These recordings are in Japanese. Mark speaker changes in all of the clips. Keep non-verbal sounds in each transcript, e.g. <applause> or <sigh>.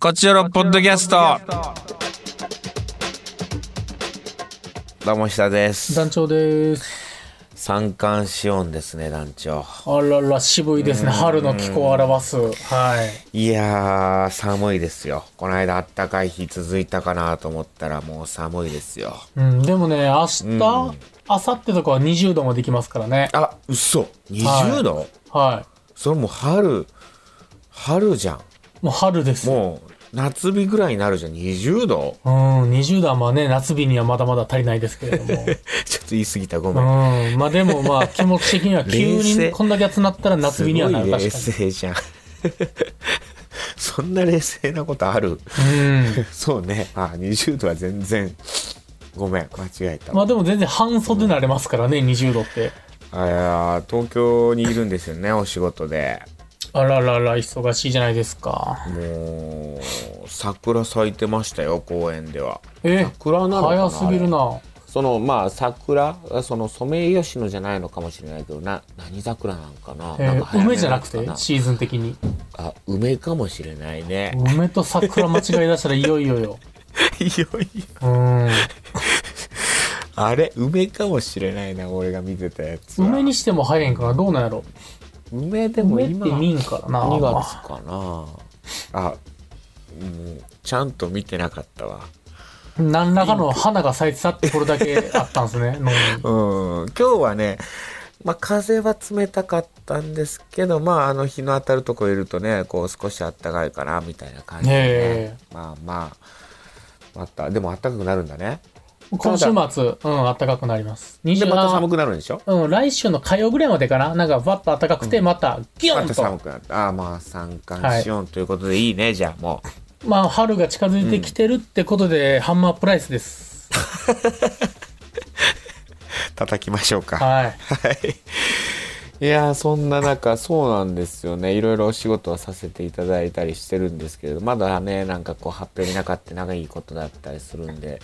Speaker 1: こちらのポッドキャスト。どうも下です。
Speaker 2: 団長です。
Speaker 1: 三寒四温ですね、団長。
Speaker 2: あらら、渋いですね。春の気候を表す。はい。
Speaker 1: いやー、寒いですよ。この間あったかい日続いたかなと思ったらもう寒いですよ。
Speaker 2: うん、でもね、明日、明後日とかは20度まで行きますからね。
Speaker 1: あ、嘘。20度、
Speaker 2: は
Speaker 1: それもう春、春じゃん。
Speaker 2: い。もう春です。う
Speaker 1: もう夏日ぐらいになるじゃん。20度 <laughs>
Speaker 2: ん、20度はまあね、夏日にはまだまだ足りないですけ
Speaker 1: <laughs>
Speaker 2: れども。
Speaker 1: ちょっと言い過ぎた、ごめん。
Speaker 2: うん、まあでもまあ気持ち的には急
Speaker 1: 冷静
Speaker 2: にこんだけ集まったら夏
Speaker 1: す
Speaker 2: 日には
Speaker 1: ご
Speaker 2: ないる。確
Speaker 1: 冷
Speaker 2: かに。
Speaker 1: 静じゃん。 <laughs> そんな冷静なことある <laughs>
Speaker 2: うん。
Speaker 1: そうね。あ、20度は全然。ごめん、間違えた。
Speaker 2: まあでも全然半袖なれますからね、20度って。
Speaker 1: あいやー東京にいるんですよね、お仕事で。
Speaker 2: あららら、忙しいじゃないですか。
Speaker 1: もう、桜咲いてましたよ、公園では。
Speaker 2: え、
Speaker 1: 桜なのかな
Speaker 2: 早すぎ
Speaker 1: あ
Speaker 2: る
Speaker 1: れ
Speaker 2: な。
Speaker 1: その、まあ、桜、そのソメイヨシノじゃないのかもしれないけど、な、何桜なんかな。
Speaker 2: え
Speaker 1: なんか
Speaker 2: ー
Speaker 1: 早め
Speaker 2: 梅じゃなくて
Speaker 1: のか
Speaker 2: シーズン的に
Speaker 1: あ、梅かもしれないね。
Speaker 2: 梅と桜間違い出したらいよいよよ
Speaker 1: <laughs> いよいよ。
Speaker 2: うーん
Speaker 1: あれ、梅かもしれないな、俺が見てたやつは。
Speaker 2: 梅にしても早いんかなどうなんやろ
Speaker 1: 梅でも
Speaker 2: 梅って
Speaker 1: 今。
Speaker 2: 見んからな
Speaker 1: 2月かなあもうちゃんと見てなかったわ
Speaker 2: 何らかの花が咲いてたってこれだけあったんですね脳
Speaker 1: う
Speaker 2: に
Speaker 1: ん今日はねまあ風は冷たかったんですけどまああの日の当たるとこいるとねこう少しあったかいかなみたいな感じで、ね
Speaker 2: え
Speaker 1: まあまあまたでもあったかくなるんだね
Speaker 2: 今週末うん暖かくなります
Speaker 1: で
Speaker 2: 20
Speaker 1: また
Speaker 2: あ
Speaker 1: 寒くなるんでしょ
Speaker 2: うん、来週の火曜ぐらいまでかななんかバッと暖かくて、またギュ
Speaker 1: ま
Speaker 2: ン
Speaker 1: た
Speaker 2: と、
Speaker 1: 寒くなったああまあ三寒四温ということでいいね、じゃあもう
Speaker 2: まあ春が近づいてきてるってことで、ハンマープライスです
Speaker 1: <laughs> 叩きましょうか
Speaker 2: はい
Speaker 1: はい。いやーそんな中そうなんですよねいろいろお仕事はさせていただいたりしてるんですけれどまだねなんかこう発表になかった長いいことだったりするんで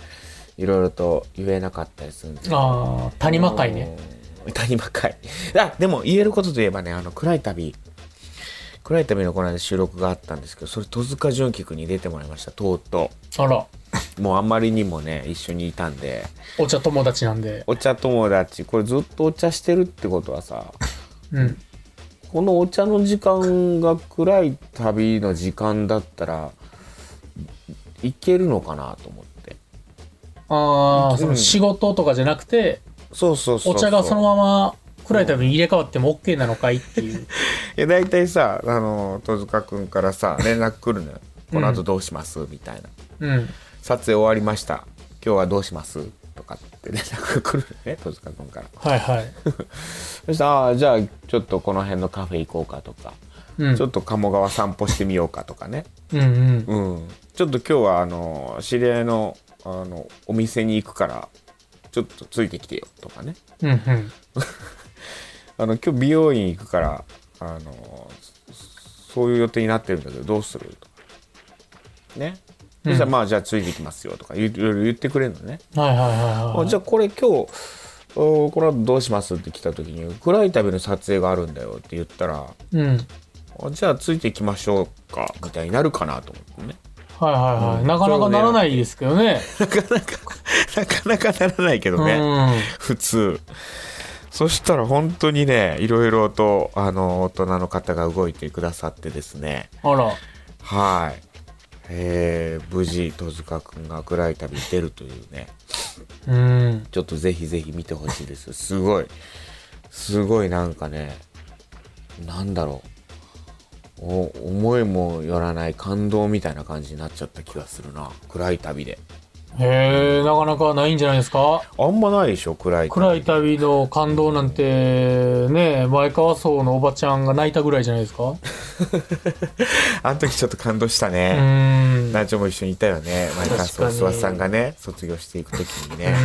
Speaker 1: いろいろと言えなかったりするんですけど
Speaker 2: ああ谷間会ね
Speaker 1: うん谷間会あでも言えることといえばねあの暗い旅暗い旅のこの間収録があったんですけどそれ戸塚純喜君に出てもらいましたとうと
Speaker 2: あら
Speaker 1: うもうあんまりにもね一緒にいたんで
Speaker 2: お茶友達なんで
Speaker 1: お茶友達これずっとお茶してるってことはさ
Speaker 2: うん
Speaker 1: このお茶の時間が暗い旅の時間だったらいいけるのかなと思って
Speaker 2: ああ、そ
Speaker 1: うん
Speaker 2: の仕事とかじゃなくて、
Speaker 1: そうそうそう
Speaker 2: お茶がその
Speaker 1: ま
Speaker 2: まま暗いために入れ替わっても OK なのかいっていう。
Speaker 1: いや大体さあの戸塚君からさ <laughs> 連絡来るのよ「この後どうします?」みたいな
Speaker 2: うん。
Speaker 1: 「撮影終わりました今日はどうします?」とかって連絡が来るのね戸塚君から
Speaker 2: は
Speaker 1: <laughs>
Speaker 2: いはい。
Speaker 1: そしたらあーじゃあちょっとこの辺のカフェ行こうか」とか、
Speaker 2: うん
Speaker 1: ちょっと鴨川散歩してみようか」とかね
Speaker 2: うんうん。
Speaker 1: うん、ちょっと今日はあの知り合いのあのお店に行くからちょっとついてきてよとかね
Speaker 2: うんうん。
Speaker 1: あの今日美容院行くからあのそそういう予定になってるんだけどどうするとかねそしたら、まあじゃあついてきますよとかいろいろ言ってくれるのね、
Speaker 2: はいはいはいは
Speaker 1: あ
Speaker 2: い。
Speaker 1: じゃあこれ今日おこの後どうしますって来た時に「暗い旅の撮影があるんだよ」って言ったら
Speaker 2: うん。はい
Speaker 1: あじゃあついていきましょうかみたいになるかなと思ってね <laughs>
Speaker 2: はいはい。なかなかならないですけどね。
Speaker 1: なかなかなかなかならないけ
Speaker 2: う
Speaker 1: ど
Speaker 2: ん。
Speaker 1: ね、普通そしたら本当にねいろいろとあの大人の方が動いてくださってですね
Speaker 2: あら。
Speaker 1: はいえー無事戸塚くんが暗い旅に出るというね
Speaker 2: うん。
Speaker 1: ちょっとぜひぜひ見てほしいですすごいすごいなんかねなんだろうお思いもよらない感動みたいな感じになっちゃった気がするな暗い旅で
Speaker 2: へえ、なかなかないんじゃないですか
Speaker 1: あんまないでしょ暗い旅
Speaker 2: 暗い旅の感動なんて、ね、前川荘のおばちゃんが泣いたぐらいじゃないですか
Speaker 1: あの時ちょっと感動した
Speaker 2: う
Speaker 1: ね、 <laughs>
Speaker 2: ん。
Speaker 1: ナチョも一緒にいたよね前川
Speaker 2: 確
Speaker 1: さん
Speaker 2: かに
Speaker 1: 諏訪さんがね卒業していく時にね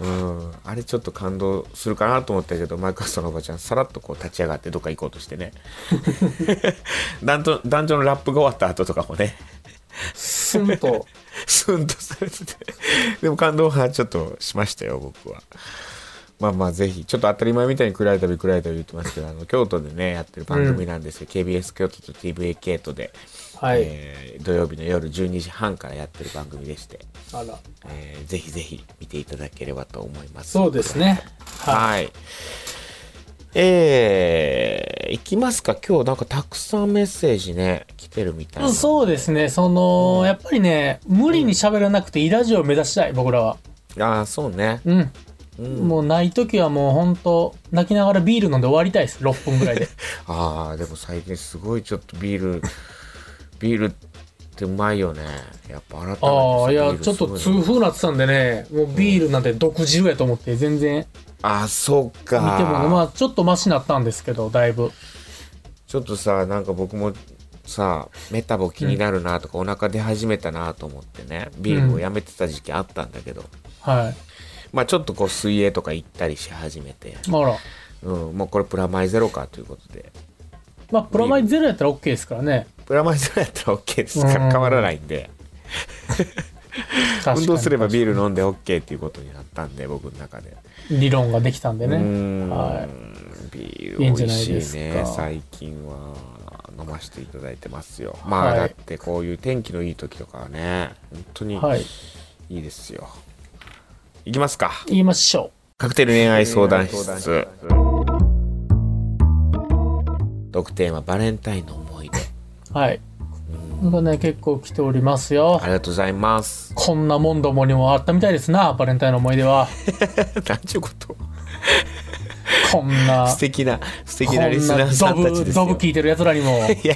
Speaker 1: うんあれちょっと感動するかなと思ったけど前川さんのおばちゃんさらっとこう立ち上がってどっか行こうとしてね <laughs> 男女男女のラップが終わった後とかもね
Speaker 2: すんと。
Speaker 1: スンとされててでも感動はちょっとしましたよ僕はまあまあぜひちょっと当たり前みたいに暗い旅暗い旅言ってますけどあの京都でねやってる番組なんですけど、KBS 京都と TVA 京都で、
Speaker 2: はい。
Speaker 1: えー土曜日の夜12時半からやってる番組でして、
Speaker 2: あら。
Speaker 1: えーぜひぜひ見ていただければと思います
Speaker 2: そうですね。は。。
Speaker 1: はい。えー、いきますか。今日なんかたくさんメッセージね、来てるみたいない
Speaker 2: そうですね。その、やっぱりね、無理に喋らなくていいラジオを目指したい、僕らは。
Speaker 1: ああ、そうね。
Speaker 2: うん。
Speaker 1: うん。
Speaker 2: もうない時はもう本当泣きながらビール飲んで終わりたいです。6分ぐ
Speaker 1: <laughs>
Speaker 2: らいで。
Speaker 1: ああ、でも最近すごいちょっとビール、 <laughs> ビールってうまいよね。やっぱ改めてさ。
Speaker 2: ああ、
Speaker 1: ビ
Speaker 2: いや、
Speaker 1: ール
Speaker 2: ち
Speaker 1: す
Speaker 2: ょ
Speaker 1: ご
Speaker 2: っ
Speaker 1: いね
Speaker 2: と痛風なってたんでね、もうビールなんて独自やと思って、全然
Speaker 1: ああ、そう
Speaker 2: 見
Speaker 1: か。
Speaker 2: てもね、まあちょっとマシになったんですけど、だいぶ。
Speaker 1: ちょっとさ、なんか僕もさ、メタボ気になるなとか、お腹出始めたなと思ってね、ビールをやめてた時期あったんだけど、
Speaker 2: は
Speaker 1: まあちょっとこう水泳とか行ったりし始めて。
Speaker 2: い。あら。
Speaker 1: うん、もうこれプラマイゼロかということで。
Speaker 2: まあ、プラマイゼロやったら OK ですからね。
Speaker 1: プラマイゼロやったら OK です
Speaker 2: うん
Speaker 1: か変わらないんで。
Speaker 2: 確かに
Speaker 1: 運動すればビール飲んで OK っていうことになったんで、僕の中で。
Speaker 2: 理論ができたんで
Speaker 1: うー
Speaker 2: ね。
Speaker 1: ん、
Speaker 2: は
Speaker 1: ビー
Speaker 2: いい
Speaker 1: ル
Speaker 2: んじ
Speaker 1: 美
Speaker 2: ゃない
Speaker 1: 味
Speaker 2: で
Speaker 1: しい
Speaker 2: す
Speaker 1: ね
Speaker 2: か。
Speaker 1: 最近は飲ませていただいてますよ。まあ、
Speaker 2: はい
Speaker 1: だってこういう天気のいい時とかはね、本当に
Speaker 2: はい。
Speaker 1: いいですよ。いきますか。
Speaker 2: 言いましょ
Speaker 1: カクテル恋愛相談室。特典はバレンタインの思い出。
Speaker 2: う。はい。これね、結構来ておりますよ
Speaker 1: あ。りがとうございます。 <laughs>
Speaker 2: こんなもんどもにもあったみたいですな、バレンタインの思い出は。
Speaker 1: なんちゅうこと
Speaker 2: こんな、
Speaker 1: <laughs> 素敵な素
Speaker 2: こ
Speaker 1: 敵
Speaker 2: ん
Speaker 1: なリスナーさ
Speaker 2: なん
Speaker 1: た
Speaker 2: ド
Speaker 1: ち
Speaker 2: ブ、
Speaker 1: ですよ
Speaker 2: ドブ聞いてる奴らにも。
Speaker 1: いや
Speaker 2: <laughs>
Speaker 1: いや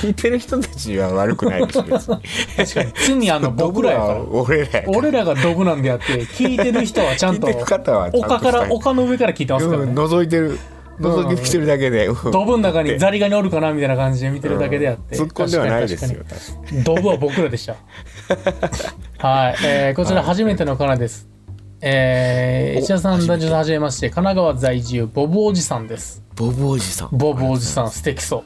Speaker 1: 聞いてる人たちは悪くないです別に
Speaker 2: 確かに、常にあの、僕らやから
Speaker 1: ド。ブは俺らやから
Speaker 2: 俺らがドブなんであって、聞いてる人はちゃんと
Speaker 1: 聞いてる、方はちゃんと
Speaker 2: 丘か
Speaker 1: した
Speaker 2: ら、
Speaker 1: い
Speaker 2: 丘の上から聞いてますから
Speaker 1: うん
Speaker 2: ね。
Speaker 1: 覗いてる覗いてきてるだけで、うん
Speaker 2: ドブの中にザリガニおるかなみたいな感じで見てるだけであって。
Speaker 1: 突っ込んではないですよ
Speaker 2: 確かにドブは僕らで
Speaker 1: <laughs>
Speaker 2: した。はい、えーこちら初めてのカナです。えー、
Speaker 1: お
Speaker 2: 石田さん、
Speaker 1: 初め
Speaker 2: 男
Speaker 1: て
Speaker 2: 女はじめまして、神奈川在住、ボブおじさんです。
Speaker 1: ボブおじさん
Speaker 2: ボブおじさん、素敵そう。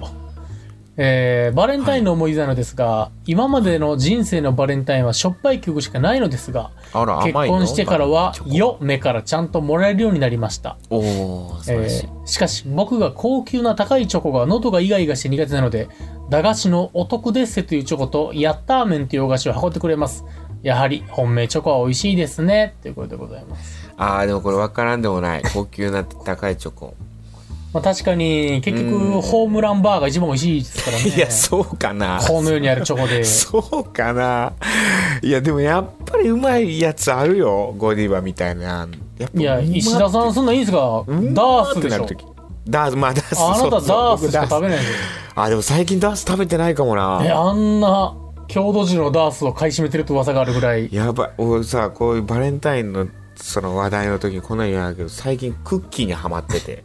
Speaker 2: えーバレンタインの思い出なのですが、今までの人生のバレンタインはしょっぱい曲しかないのですが、
Speaker 1: あら
Speaker 2: 結
Speaker 1: 甘いの
Speaker 2: 婚してからは
Speaker 1: チョ、コ
Speaker 2: よ、目からちゃんともらえるようになりました。
Speaker 1: おお素晴らしい、
Speaker 2: えーしかし僕が高級な高いチョコが喉がイガイガして苦手なので駄菓子のお得デッセというチョコとヤッターメンというお菓子を運んでくれますやはり本命チョコは美味しいですねということでございます、
Speaker 1: あーでもこれ分からんでもない高級な高いチョコ、
Speaker 2: まあ、確かに結
Speaker 1: うん
Speaker 2: 局ホームランバーが一番美味しいですからね
Speaker 1: いやそうかな
Speaker 2: この世にあるチョコ
Speaker 1: <laughs>
Speaker 2: で
Speaker 1: そうかないやでもやっぱりうまいやつあるよゴディバみたいなやっぱ
Speaker 2: いや石田さんそんなんいいんですかダ
Speaker 1: うん
Speaker 2: ースでしょ
Speaker 1: ってなる時ダースまあダース
Speaker 2: あなた
Speaker 1: そうそう
Speaker 2: ダースしか
Speaker 1: 僕ダ
Speaker 2: 食べないんですよ
Speaker 1: あでも最近ダース食べてないかも
Speaker 2: え
Speaker 1: な
Speaker 2: あんな郷土汁のダースを買い占めてると噂があるぐらい
Speaker 1: やばい俺さこういうバレンタインのその話題の時にこんなん言わないけど最近クッキーにはまってて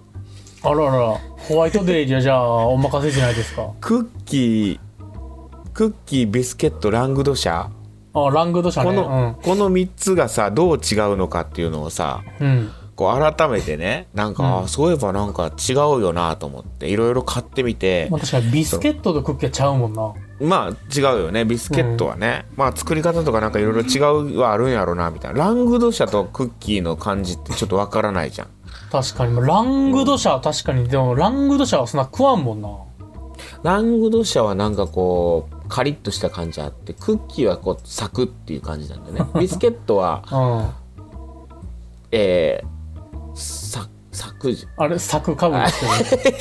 Speaker 2: あらららホワイトデーじゃじゃあお任せじゃないですか
Speaker 1: <laughs> クッキークッキービスケットラングドシャ
Speaker 2: あラングド社ね
Speaker 1: この、この3つがさどう違うのかっていうのをさ
Speaker 2: うん、うん、
Speaker 1: こう改めてねなんか、あそういえばなんか違うよなと思っていろいろ買ってみて
Speaker 2: まあ、確かにビスケットとクッキーはちゃうもんな
Speaker 1: まあ違うよねビスケットはね、まあ作り方とかなんかいろいろ違うはあるんやろうなみたいなラングドシャとクッキーの感じってちょっとわからないじゃん
Speaker 2: 確かにまあラングド社は確かにでもラングド社はそんな食わんもんな
Speaker 1: ラングドシャはなんかこうカリッとした感じあってクッキーはこうサクッっていう感じなんだ <laughs> よねビスケットは
Speaker 2: うん
Speaker 1: えー、ササクじ
Speaker 2: あれ柵かぶるんですけど、ね、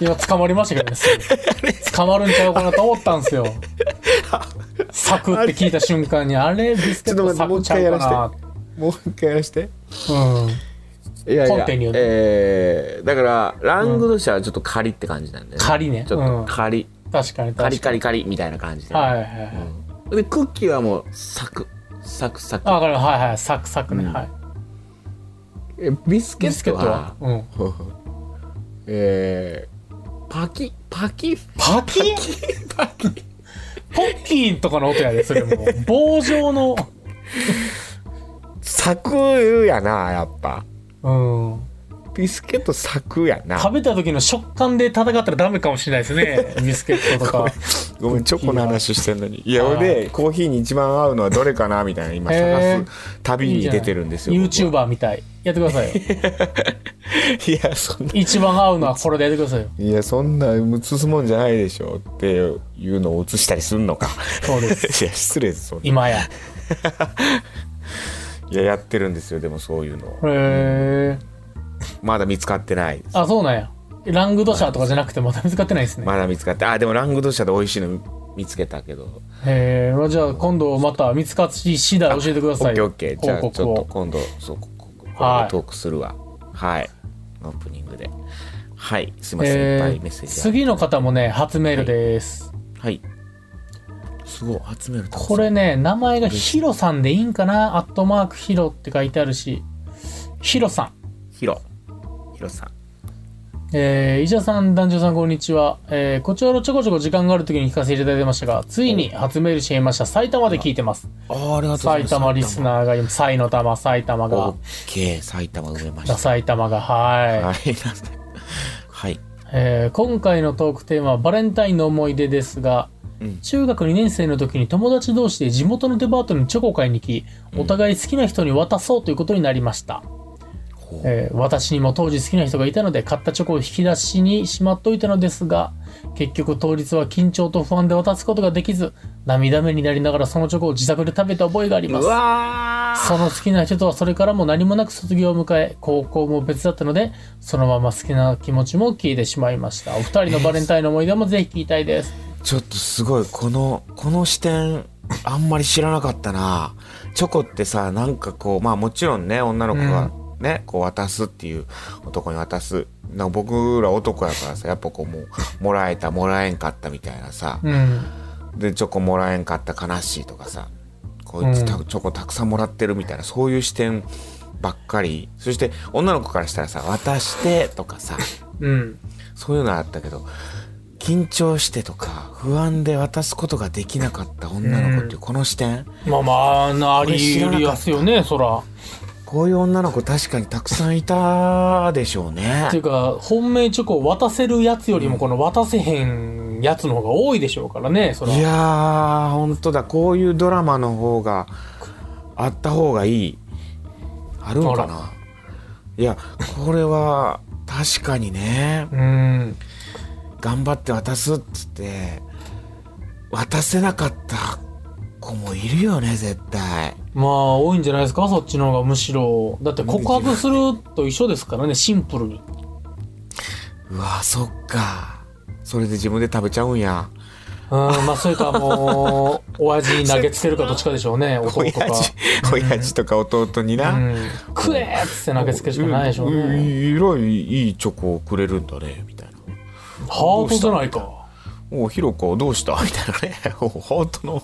Speaker 2: 今捕まりましたけどねすぐ捕まるんちゃうかなと思ったんですよ柵って聞いた瞬間にあれビスケット柵ちゃうか
Speaker 1: もう一回やらして
Speaker 2: なうん
Speaker 1: いやい
Speaker 2: コ
Speaker 1: や
Speaker 2: ンテによって
Speaker 1: えー、だからラングドシャはちょっとカリって感じなんだよね、
Speaker 2: カリね
Speaker 1: ちょっと
Speaker 2: うん
Speaker 1: カリ、
Speaker 2: 確かに確
Speaker 1: カ
Speaker 2: かに
Speaker 1: リカリカリみたいな感じで、
Speaker 2: はいはいはい
Speaker 1: でクッキーはもうサクサクサク
Speaker 2: あわかるはいはいサクサクね、
Speaker 1: うん
Speaker 2: はい
Speaker 1: えビスケ
Speaker 2: ビス
Speaker 1: ッ
Speaker 2: ケ
Speaker 1: ト
Speaker 2: ットは
Speaker 1: は、
Speaker 2: うん、
Speaker 1: えー、パキパキ
Speaker 2: パキ
Speaker 1: パキ
Speaker 2: ポッキーとかの音やでそれも棒状の
Speaker 1: サクやなやっぱ
Speaker 2: うん
Speaker 1: ビスケット作やな
Speaker 2: 食べた時の食感で戦ったらダメかもしれないですね。ビスケットとか。
Speaker 1: ごめんチョコの話してんのにいや
Speaker 2: はい
Speaker 1: 俺コーヒーに一番合うのはどれかなみたいな今
Speaker 2: へー
Speaker 1: 探す旅に出てるんですよ
Speaker 2: ユー
Speaker 1: 僕
Speaker 2: チュー
Speaker 1: は
Speaker 2: バーみたい。やってくださいよ。
Speaker 1: <laughs> いやそんな
Speaker 2: 一番合うのはこれでやってくださいよ。
Speaker 1: いやそんな映すもんじゃないでしょっていうのを映したりすんのか <laughs>
Speaker 2: そうです。
Speaker 1: いや失礼ですそんな
Speaker 2: 今や。
Speaker 1: いややってるんですよでもそういうの
Speaker 2: へえ。
Speaker 1: まだ見つかってないです
Speaker 2: あ、そうなんや。ラングドシャーとかじゃなくてまだ見つかってないですね。
Speaker 1: まだ見つかってあでもラングドシャで美味しいの見つけたけど
Speaker 2: へえ。まあじゃあ今度また見つかり次第教えてくだ
Speaker 1: オ
Speaker 2: さ
Speaker 1: ッ
Speaker 2: い
Speaker 1: ケー
Speaker 2: よ。
Speaker 1: オッケーじゃあ
Speaker 2: 報
Speaker 1: ちょっ
Speaker 2: 告
Speaker 1: と
Speaker 2: を。
Speaker 1: 今度そうここここで
Speaker 2: はい
Speaker 1: トークするわはいオープニングではいすいません、いっぱ
Speaker 2: え
Speaker 1: いメッセー
Speaker 2: ー、
Speaker 1: ジ
Speaker 2: 次の方もね、初メールです。
Speaker 1: はいすごい集めると
Speaker 2: これね、名前がヒロさんでいいんかなアットマークヒロって書いてあるし。ヒロさん。
Speaker 1: ヒロヒロさん
Speaker 2: えー、医者さん、団長さん、こんにちは。えー、こちらのちょこちょこ時間があるときに聞かせていただいてましたが、ついに初メールしちゃいました。埼玉で聞いてます。
Speaker 1: あーありがとうござい
Speaker 2: 埼
Speaker 1: ます
Speaker 2: 玉リスナーが今、埼の玉、埼玉
Speaker 1: オ
Speaker 2: が
Speaker 1: ッ、ケー埼玉埋めまし
Speaker 2: だ
Speaker 1: た
Speaker 2: 埼玉が、はい。
Speaker 1: はいなんではい
Speaker 2: えー今回のトークテーマはバレンタインの思い出ですが、
Speaker 1: うん
Speaker 2: 中学2年生の時に友達同士で地元のデパートにチョコを買いに行き、お互い好きな人に渡そうということになりました。
Speaker 1: ほう
Speaker 2: えー私にも当時好きな人がいたので買ったチョコを引き出しにしまっといたのですが結局当日は緊張と不安で渡すことができず涙目になりながらそのチョコを自宅で食べた覚えがありま
Speaker 1: う
Speaker 2: す
Speaker 1: わー
Speaker 2: その好きな人とはそれからも何もなく卒業を迎え高校も別だったのでそのまま好きな気持ちも消えてしまいましたお二人のバレンタインの思い出もぜひ聞きたいです
Speaker 1: ちょっとすごいこのこの視点あんまり知らなかったなチョコってさなんかこうまあもちろんね女の子がね、こう渡すっていう男に渡すなんか僕ら男やからさやっぱこうもうもらえたもらえんかったみたいなさ
Speaker 2: うん
Speaker 1: でチョコもらえんかった悲しいとかさこいつた
Speaker 2: う
Speaker 1: チョコたくさんもらってるみたいなそういう視点ばっかりそして女の子からしたらさ渡してとかさ
Speaker 2: うん
Speaker 1: そういうのはあったけど緊張してとか不安で渡すことができなかった女の子っていうこの視点、
Speaker 2: まあまああんなあ
Speaker 1: これ知
Speaker 2: り
Speaker 1: らなかった
Speaker 2: やすよねそら
Speaker 1: こういう女の子確かにたくさんいたでしょうね
Speaker 2: っていうか本命チョコを渡せるやつよりもこの渡せへんやつの方が多いでしょうからねそれ
Speaker 1: いやー本当だこういうドラマの方があった方がいいあるのかないやこれは確かにね
Speaker 2: うん
Speaker 1: 頑張って渡すっつって渡せなかった子もいるよね絶対
Speaker 2: まあ多いんじゃないですかそっちの方がむしろだって告白すると一緒ですからねシンプルに
Speaker 1: うわそっかそれで自分で食べちゃうんや
Speaker 2: うんまあそれかも
Speaker 1: <laughs>
Speaker 2: う親父に投げつけるかどっちかでしょうね弟
Speaker 1: 親
Speaker 2: とか
Speaker 1: 父親父とか弟に
Speaker 2: う
Speaker 1: な、
Speaker 2: ん、食えっつって投げつけるしかないでしょう
Speaker 1: うん
Speaker 2: ね
Speaker 1: いろいろいいチョコをくれるんだねみたいな
Speaker 2: ハートじゃないか
Speaker 1: おうひろこどうしたみたいなねおうハートの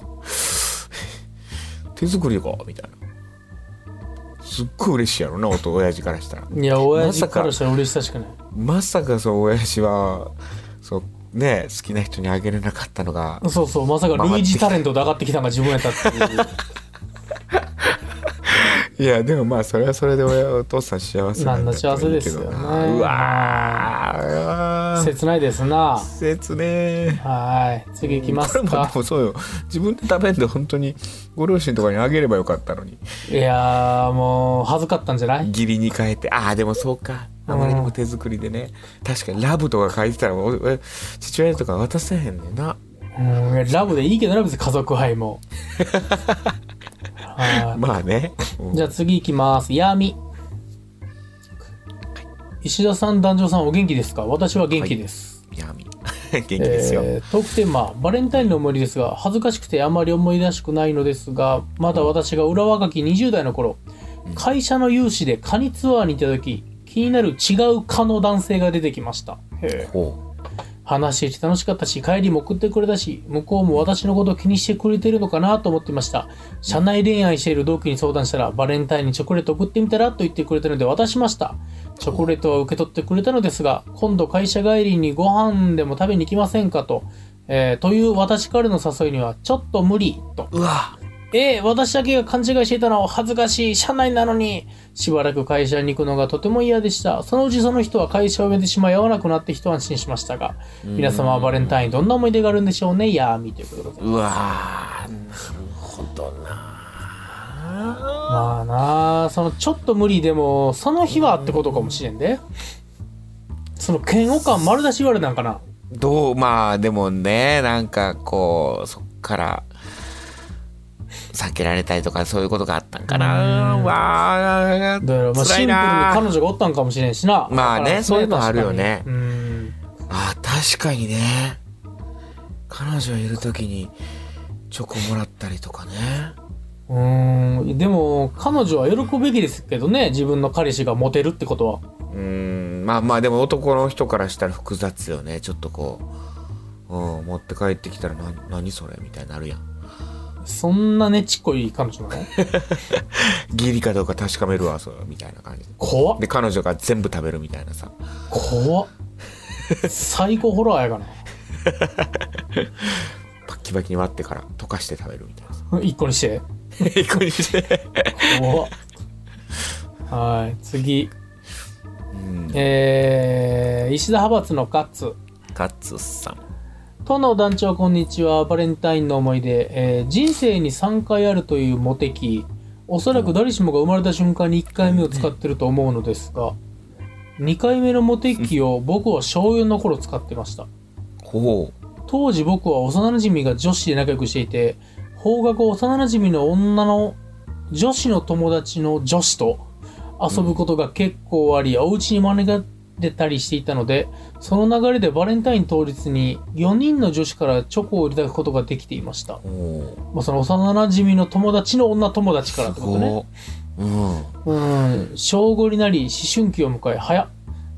Speaker 1: 手作りかみたいなすっごい嬉しいやろな弟親父からしたら
Speaker 2: いや親
Speaker 1: ま
Speaker 2: 父
Speaker 1: さか
Speaker 2: からしたら嬉しさしかない
Speaker 1: まさかそう親父はそうね好きな人にあげれなかったのが
Speaker 2: そうそうまさかルイージタレントで上がってきたのが自分やったっていう
Speaker 1: いやでもまあそれはそれで親お父さん幸 <laughs> せだったらいいけどな
Speaker 2: なんだ幸せですよね
Speaker 1: うわー
Speaker 2: 切ないですな
Speaker 1: 切ね
Speaker 2: はい次行きます
Speaker 1: これもで
Speaker 2: か
Speaker 1: もそうよ自分で食べんで本当にご両親とかにあげればよかったのに
Speaker 2: いやーもう恥ずかったんじゃない
Speaker 1: 義理に変えてああでもそうかあまりにも手作りでね確かにラブとか書いてたらおえ父親とか渡せへんねんな
Speaker 2: うんいやラブでいいけどな別に家族愛も
Speaker 1: <laughs>
Speaker 2: はい
Speaker 1: まあね、うん
Speaker 2: じゃあ次行きます。闇。石田さん、壇上さん、お元気ですか私は元気です。
Speaker 1: 闇元気ですよ、
Speaker 2: えートークテーマ、バレンタインの思い出ですが、恥ずかしくてあまり思い出しくないのですが、まだ私が裏若き20代の頃、会社の有志でカニツアーに行った時、気になる違う蚊の男性が出てきました。
Speaker 1: ほ
Speaker 2: 話して楽しかったし帰りも送ってくれたし向こうも私のこと気にしてくれてるのかなと思ってました社内恋愛している同期に相談したらバレンタインにチョコレート送ってみたらと言ってくれたので渡しましたチョコレートは受け取ってくれたのですが今度会社帰りにご飯でも食べに行きませんかと、えーという私からの誘いにはちょっと無理と
Speaker 1: ううわ
Speaker 2: えー私だけが勘違いしていたの恥ずかしい社内なのにしばらく会社に行くのがとても嫌でしたそのうちその人は会社を辞めてしまい会わなくなって一安心しましたが皆様はバレンタインどんな思い出があるんでしょうねやーみということでございます
Speaker 1: うわーなるほどな
Speaker 2: まあなあそのちょっと無理でもその日はってことかもしれんでその嫌悪感丸出し言われなんかな
Speaker 1: どうまあでもねなんかこうそっから避けられたりとかそういうことがあったんかな
Speaker 2: うん
Speaker 1: わあ
Speaker 2: だからま
Speaker 1: 辛
Speaker 2: あシ
Speaker 1: い
Speaker 2: ンプルに
Speaker 1: な
Speaker 2: 彼女がおったんかもしれんしな
Speaker 1: まあね
Speaker 2: だから
Speaker 1: そういうのあるよね
Speaker 2: 確かにうん
Speaker 1: あ確かにね彼女いる時にチョコもらったりとかね
Speaker 2: うーんでも彼女は喜ぶべきですけどね自分の彼氏がモテるってことは
Speaker 1: うんまあまあでも男の人からしたら複雑よねちょっとこう、うん、持って帰ってきたらな何それみたいになるやん
Speaker 2: そんなねちっこい彼女なの
Speaker 1: 義理かどうか確かめるわそれみたいな感じ
Speaker 2: 怖っ
Speaker 1: で彼女が全部食べるみたいなさ
Speaker 2: 怖っ最高ホラーやがな
Speaker 1: バッキバキに割ってから溶かして食べるみたいな <laughs> さ
Speaker 2: 一個にして
Speaker 1: 一個にして
Speaker 2: 怖っはい次
Speaker 1: うん
Speaker 2: えー、石田派閥のガッツ
Speaker 1: カツさん
Speaker 2: との団長こんにちはバレンタインの思い出、えー人生に3回あるというモテ期おそらく誰しもが生まれた瞬間に1回目を使ってると思うのですが2回目のモテ期を僕は小4の頃使ってました
Speaker 1: ほ
Speaker 2: 当時僕は幼馴染が女子で仲良くしていて方角幼馴染の女の女子の友達の女子と遊ぶことが結構あり、お家に招かれたりしていたのでその流れでバレンタイン当日に4人の女子からチョコをいただくことができていました
Speaker 1: うほ
Speaker 2: まあその幼馴染の友達の女友
Speaker 1: う
Speaker 2: 達からってことね
Speaker 1: すごいうん
Speaker 2: うん、小5になり思春期を迎え早っ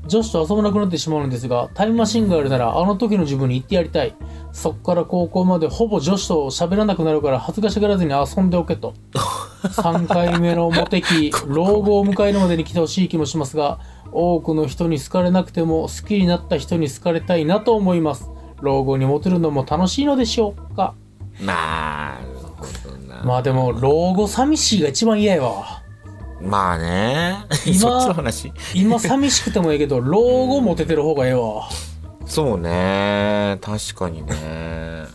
Speaker 2: 女子と遊ばなくなってしまうのですがタイムマシンがあるならあの時の自分に言ってやりたいそこから高校までほぼ女子と喋らなくなるから恥ずかしがらずに遊んでおけと3回目のモテ期老後を迎えるまでに来てほしい気もしますが多くの人に好かれなくても好きになった人に好かれたいなと思います老後にモテるのも楽しいのでしょうか
Speaker 1: なるほどな
Speaker 2: まあでも老後寂しいが一番嫌やわ
Speaker 1: まあね <laughs>
Speaker 2: 今
Speaker 1: そっちの話
Speaker 2: 今寂しくてもええけど老後モテてる方がええわ
Speaker 1: <laughs> そうね確かにね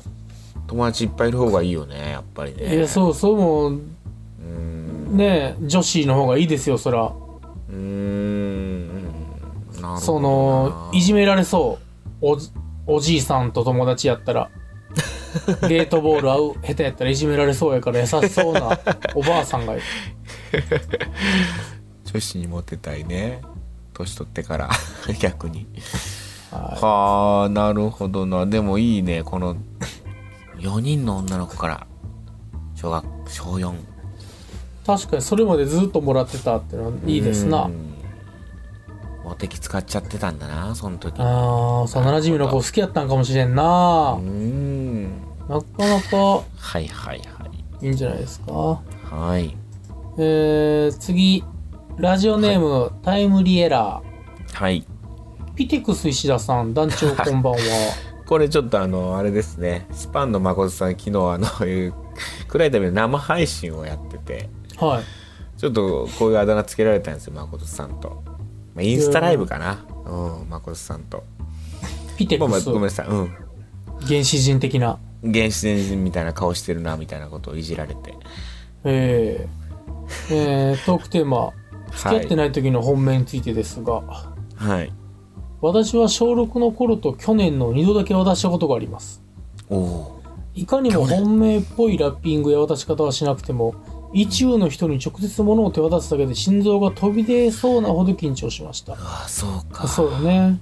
Speaker 1: 友達いっぱいいる方がいいよねやっぱりね
Speaker 2: いやそうそうもう
Speaker 1: うん
Speaker 2: ねえ女子の方がいいですよそら
Speaker 1: うーんなるほどな
Speaker 2: そのいじめられそうおじおじいさんと友達やっ
Speaker 1: <laughs>
Speaker 2: たらゲートボール合う下手やったらいじめられそうやから優しそう
Speaker 1: <laughs>
Speaker 2: なおばあさんがいる
Speaker 1: 女子にモテたいね年取ってから <laughs> 逆に
Speaker 2: は
Speaker 1: はあなるほどなでもいいねこの4人の女の子から小学小4
Speaker 2: い確かにそれまでずっともらってたってのはいいです
Speaker 1: う
Speaker 2: なん
Speaker 1: モテ期使っちゃってたんだなその時う
Speaker 2: ああ幼馴染の子好きやったんかもしれんな
Speaker 1: ーん
Speaker 2: なかなか
Speaker 1: はいはいはい
Speaker 2: いいんじゃないですか
Speaker 1: はい
Speaker 2: えー、次ラジオネーム、タイムリエラー
Speaker 1: はい
Speaker 2: ピティクス石田さん、団長こんば
Speaker 1: <laughs>
Speaker 2: んは。
Speaker 1: これちょっとあのあれですねスパンの誠さん昨日あのいう暗いための生配信をやってて
Speaker 2: はい。
Speaker 1: ちょっとこういうあだ名つけられたんですよ誠さんと、まあ、インスタライブかなうん誠さんと
Speaker 2: ピテ
Speaker 1: まあま
Speaker 2: ク
Speaker 1: あ
Speaker 2: ス、
Speaker 1: ごめんなさいうん
Speaker 2: 原始人的な。
Speaker 1: 原始人みたいな顔してるなみたいなことをいじられて
Speaker 2: え
Speaker 1: <laughs>
Speaker 2: ー、えー、トークテーマ、付き合って
Speaker 1: ない
Speaker 2: ない時の本命についてですが、
Speaker 1: はい、はい、
Speaker 2: 私は小6の頃と去年の2度だけ渡したことがあります。
Speaker 1: おお
Speaker 2: いかにも本命っぽいラッピングや渡し方はしなくても、一応の人に直接物を手渡すだけで心臓が飛び出そうなほど緊張しました。
Speaker 1: ああそうか
Speaker 2: そうだね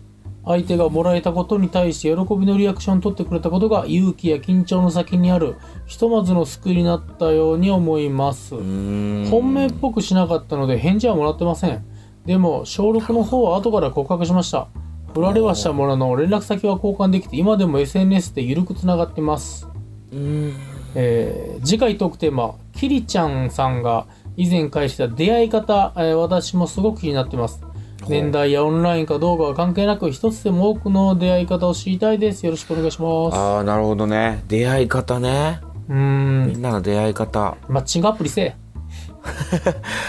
Speaker 2: 相手がもらえたことに対して喜びのリアクションを取ってくれたことが勇気や緊張の先にあるひとまずの救いになったように思います
Speaker 1: うーん
Speaker 2: 本命っぽくしなかったので返事はもらってませんでも小6の方は後から告白しました振られはしたものの連絡先は交換できて今でも SNS で緩くつながってます
Speaker 1: うーん
Speaker 2: えー次回トークテーマキリちゃんさんが以前返した出会い方、えー私もすごく気になってます
Speaker 1: う
Speaker 2: 年代やオンラインかどうかは関係なく一つでも多くの出会い方を知りたいですよろしくお願いします
Speaker 1: ああなるほどね出会い方ね
Speaker 2: うーん
Speaker 1: みんなの出会い方。
Speaker 2: マッチングアプリせえ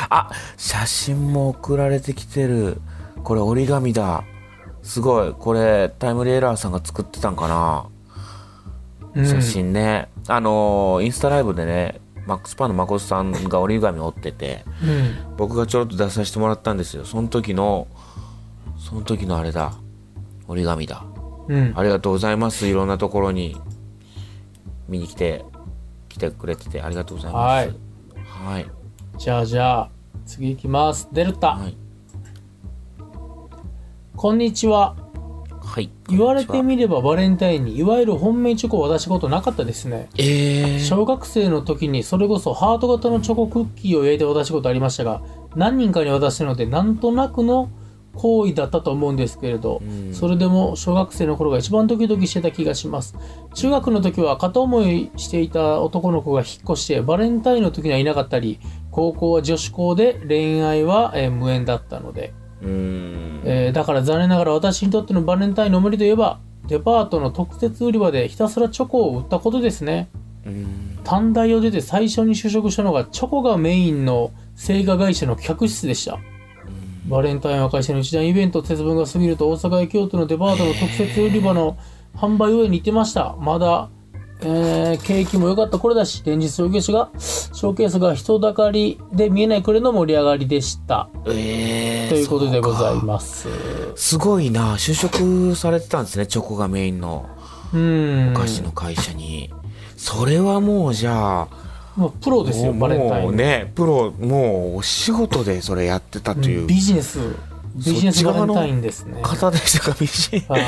Speaker 1: あ、写真も送られてきてる。これ折り紙だ。すごい。これ、タイムリーエラーさんが作ってたんかな。
Speaker 2: うん
Speaker 1: 写真ね。あのーインスタライブでね、マックスパンの誠さんが折り紙折ってて、
Speaker 2: うん
Speaker 1: 僕がちょろっと出させてもらったんですよ。その時の、その時のあれだ。折り紙だ。
Speaker 2: うん
Speaker 1: ありがとうございます。いろんなところに見に来て、来てくれててありがとうございます。はい。
Speaker 2: じゃあじゃあ次行きますデルタ、
Speaker 1: はい。
Speaker 2: こんにちは
Speaker 1: はい。
Speaker 2: 言われて
Speaker 1: み
Speaker 2: みればバレンタインにいわゆる本命チョコを渡したことなかったですね
Speaker 1: えー、
Speaker 2: 小学生の時にそれこそハート型のチョコクッキーを焼いて渡したことありましたが何人かに渡したのでなんとなくの行為だったと思うんですけれど、
Speaker 1: うん
Speaker 2: それでも小学生の頃が一番ドキドキしてた気がします中学の時は片思いしていた男の子が引っ越してバレンタインの時にはいなかったり高校は女子校で恋愛は、えー無縁だったので
Speaker 1: うーん。
Speaker 2: えーだから残念ながら私にとってのバレンタインの思い出といえばデパートの特設売り場でひたすらチョコを売ったことですね
Speaker 1: うーん
Speaker 2: 短大を出て最初に就職したのがチョコがメインの製菓会社の企画室でしたバレンタインは会社の一大イベント節分が過ぎると大阪や京都のデパートの特設売り場の販売上に行ってましたまだ、えー景気も良かった頃だし連日商業誌がショーケースが人だかりで見えないくらいの盛り上がりでした
Speaker 1: えー、
Speaker 2: ということでござい
Speaker 1: す。
Speaker 2: ます
Speaker 1: すごいな。就職されてたんですね。チョコがメインの
Speaker 2: うん
Speaker 1: お菓子の会社に。それはもうじゃあ、
Speaker 2: まあ、プロですよ、
Speaker 1: も
Speaker 2: バ
Speaker 1: う
Speaker 2: レンタイン
Speaker 1: も
Speaker 2: の。
Speaker 1: うね、プロ、もうお仕事でそれやってた
Speaker 2: う
Speaker 1: とい
Speaker 2: ん
Speaker 1: う
Speaker 2: ビジネス、ビジネスバレンタインですね。
Speaker 1: 方でしたか、ビジネス。
Speaker 2: <laughs> はい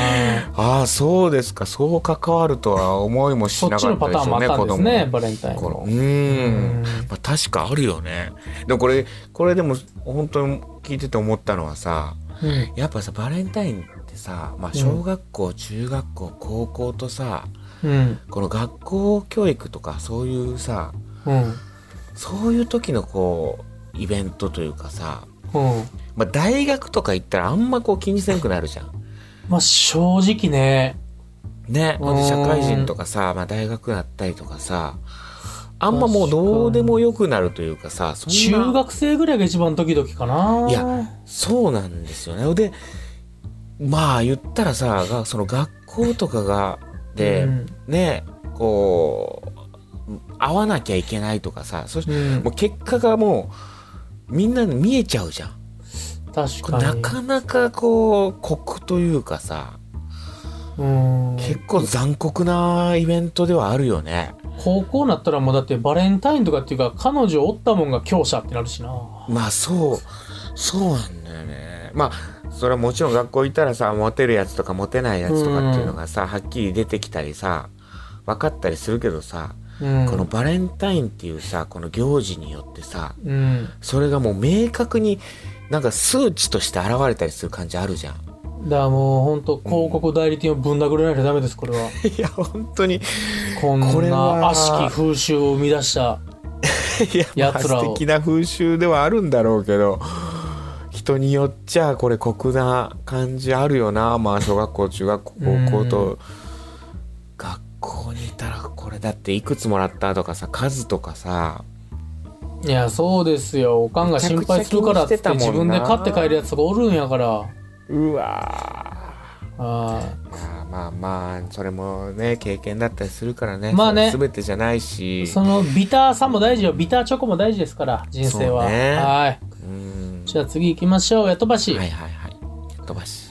Speaker 1: ああそうですかそう関わるとは思いもし
Speaker 2: そ
Speaker 1: な
Speaker 2: っち
Speaker 1: か
Speaker 2: の
Speaker 1: った
Speaker 2: パ
Speaker 1: で
Speaker 2: ター
Speaker 1: し
Speaker 2: ンも
Speaker 1: ょ
Speaker 2: あ
Speaker 1: う
Speaker 2: っ
Speaker 1: ね
Speaker 2: たん
Speaker 1: 子
Speaker 2: で
Speaker 1: 供の
Speaker 2: すね、バレンタイン
Speaker 1: 頃
Speaker 2: の
Speaker 1: う。ー
Speaker 2: うん
Speaker 1: ん、まあ、確かあるよねでもこれこれでも本当に聞いてて思ったのはさ
Speaker 2: うん
Speaker 1: やっぱさバレンタインってさ、まあ、
Speaker 2: うん
Speaker 1: 小学校、中学校高校とさ
Speaker 2: うん。
Speaker 1: この学校教育とかそういうさ
Speaker 2: うん。
Speaker 1: そういう時のこうイベントというかさ、
Speaker 2: うん。
Speaker 1: まあ、大学とか行ったらあんまこう気にせんくなるじゃん。
Speaker 2: まあ、正直ね、
Speaker 1: ね、
Speaker 2: うーん
Speaker 1: 社会人とかさ、まあ、大学なったりとかさあんまもうどうでもよくなるというかさそんな
Speaker 2: 中学生ぐらいが一番ドキドキかな。
Speaker 1: いやそうなんですよねでまあ言ったらさがその学校とかがで、
Speaker 2: うん
Speaker 1: ねこう会わなきゃいけないとかさそし
Speaker 2: うん
Speaker 1: もう結果がもうみんなに見えちゃうじゃん。
Speaker 2: 確
Speaker 1: これ
Speaker 2: か
Speaker 1: な
Speaker 2: に。
Speaker 1: かなかこう酷というかさ
Speaker 2: うん。
Speaker 1: 結構残酷なイベントではあるよね。
Speaker 2: 高校になったらもうだってバレンタインとかっていうか、彼女おったもんが強者ってなるしな。
Speaker 1: まあそうそうなんだよねまあそれはもちろん学校行ったらさモテるやつとかモテないやつとかっていうのがさ、はっきり出てきたりさ分かったりするけどさ、
Speaker 2: うん。
Speaker 1: このバレンタインっていうさこの行事によってさ
Speaker 2: うん。
Speaker 1: それがもう明確になんか数値として現れたりする感じあるじゃん。
Speaker 2: だからもう本当広告代理店をぶん殴らないとダメです、これは。
Speaker 1: いや本 <laughs> 当に
Speaker 2: こん
Speaker 1: これ
Speaker 2: な
Speaker 1: は
Speaker 2: 悪しき風習を生み出した。
Speaker 1: いやまあ
Speaker 2: 奴らを
Speaker 1: 素敵な風習ではあるんだろうけど人によっちゃこれ酷な感じあるよなまあ小学校中学校
Speaker 2: うん
Speaker 1: 高校と学校にいたらこれだっていくつもらったとかさ数とかさ
Speaker 2: いや、そうですよ。おかんが心配するからっつ
Speaker 1: め
Speaker 2: っ
Speaker 1: ちゃく
Speaker 2: て
Speaker 1: ちゃ気にしてたも
Speaker 2: 自
Speaker 1: ん
Speaker 2: 分
Speaker 1: な
Speaker 2: で買って帰るやつがおるんやから。
Speaker 1: うわー
Speaker 2: あ
Speaker 1: まあまあまあそれもね経験だったりするからね,、
Speaker 2: まあね
Speaker 1: 全てじゃないし
Speaker 2: そのビターさも大事よ。ビターチョコも大事ですから、人生は。
Speaker 1: そうね
Speaker 2: はい。
Speaker 1: うん
Speaker 2: じゃあ次行きましょう。やとばし。
Speaker 1: はいはいはい飛ばし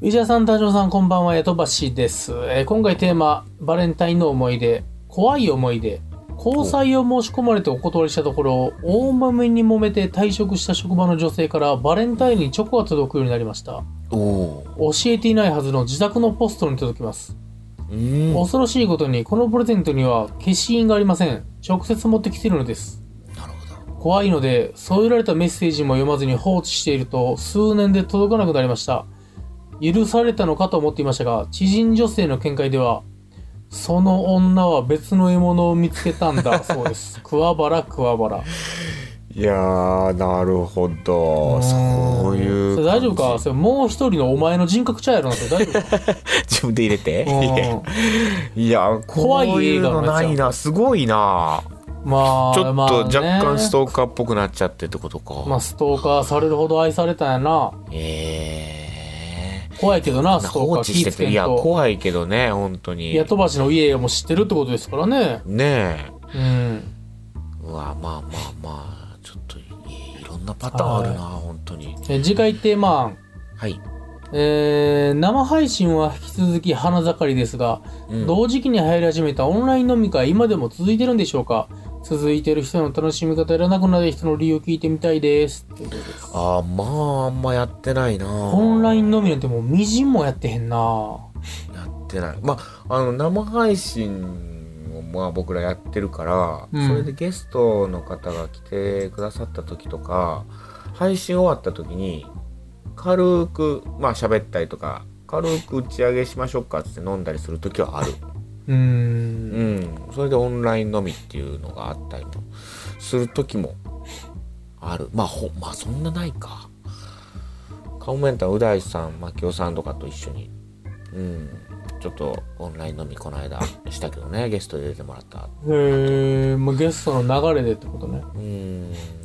Speaker 2: 石田さん、田島さん、こんばんは。やとばしです。えー今回テーマ、バレンタインの思い出、怖い思い出、交際を申し込まれてお断りしたところ、大まめに揉めて退職した職場の女性からバレンタインにチョコが届くようになりました。
Speaker 1: おお
Speaker 2: 教えていないはずの自宅のポストに届きます。
Speaker 1: ーうんなる
Speaker 2: 恐ろしいことにこのプレゼントには消印がありません直接持ってきてるのです
Speaker 1: ほど
Speaker 2: 怖いので添えられたメッセージも読まずに放置していると数年で届かなくなりました許されたのかと思っていましたが知人女性の見解では
Speaker 1: <laughs>
Speaker 2: その女は別の獲物を見つけたんだそうです桑原桑原
Speaker 1: いやーなるほどそういう
Speaker 2: それ大丈夫
Speaker 1: 感
Speaker 2: かそれもう一人のお前の人格ちゃうやろなそれ大丈夫か
Speaker 1: じ <laughs> 自分で入れて
Speaker 2: うん
Speaker 1: <laughs> いや
Speaker 2: 怖い
Speaker 1: こうい
Speaker 2: 映
Speaker 1: う
Speaker 2: 画
Speaker 1: の
Speaker 2: のやつや
Speaker 1: ないなすごいな
Speaker 2: まあ
Speaker 1: ちょっ
Speaker 2: まあ
Speaker 1: と若干ス
Speaker 2: ー
Speaker 1: トーカーっぽくなっちゃってってことか、
Speaker 2: まあストーカーされるほど愛されたんやな
Speaker 1: ええ
Speaker 2: 怖いけどな
Speaker 1: ー、
Speaker 2: スト
Speaker 1: 放
Speaker 2: ーカー
Speaker 1: 置し
Speaker 2: 気
Speaker 1: て
Speaker 2: ぃつけ
Speaker 1: て
Speaker 2: ん
Speaker 1: いや
Speaker 2: と
Speaker 1: 怖いけどね本当に
Speaker 2: 八飛ばしの家も知ってるってことですからね
Speaker 1: ねえ
Speaker 2: うん
Speaker 1: うわまあまあまあちょっといいろんなパターンあるな、本当に
Speaker 2: え次回ってまあ
Speaker 1: はい、
Speaker 2: えー生配信は引き続き花盛りですが、
Speaker 1: うん
Speaker 2: 同時期に流行り始めたオンライン飲み会今でも続いてるんでしょうか続いてる人の楽しみ方やらなくなる人の理由聞いてみたいですということです
Speaker 1: あーまああんまやってないな
Speaker 2: オンライン
Speaker 1: の
Speaker 2: 飲みなんてもうみじんもやってへんな
Speaker 1: やってないまああの生配信をまあ僕らやってるから、
Speaker 2: うん
Speaker 1: それでゲストの方が来てくださった時とか配信終わった時に軽くまあ喋ったりとか軽く打ち上げしましょうかっつって飲んだりする時はある
Speaker 2: うーん
Speaker 1: うん、それでオンラインのみっていうのがあったりもする時もあるまあほまあそんなないかカモメンターう大さん牧雄さんとかと一緒にうんちょっとオンラインのみこの間したけどねゲストで出てもらった
Speaker 2: えー、まあ、ゲストの流れでってことね
Speaker 1: う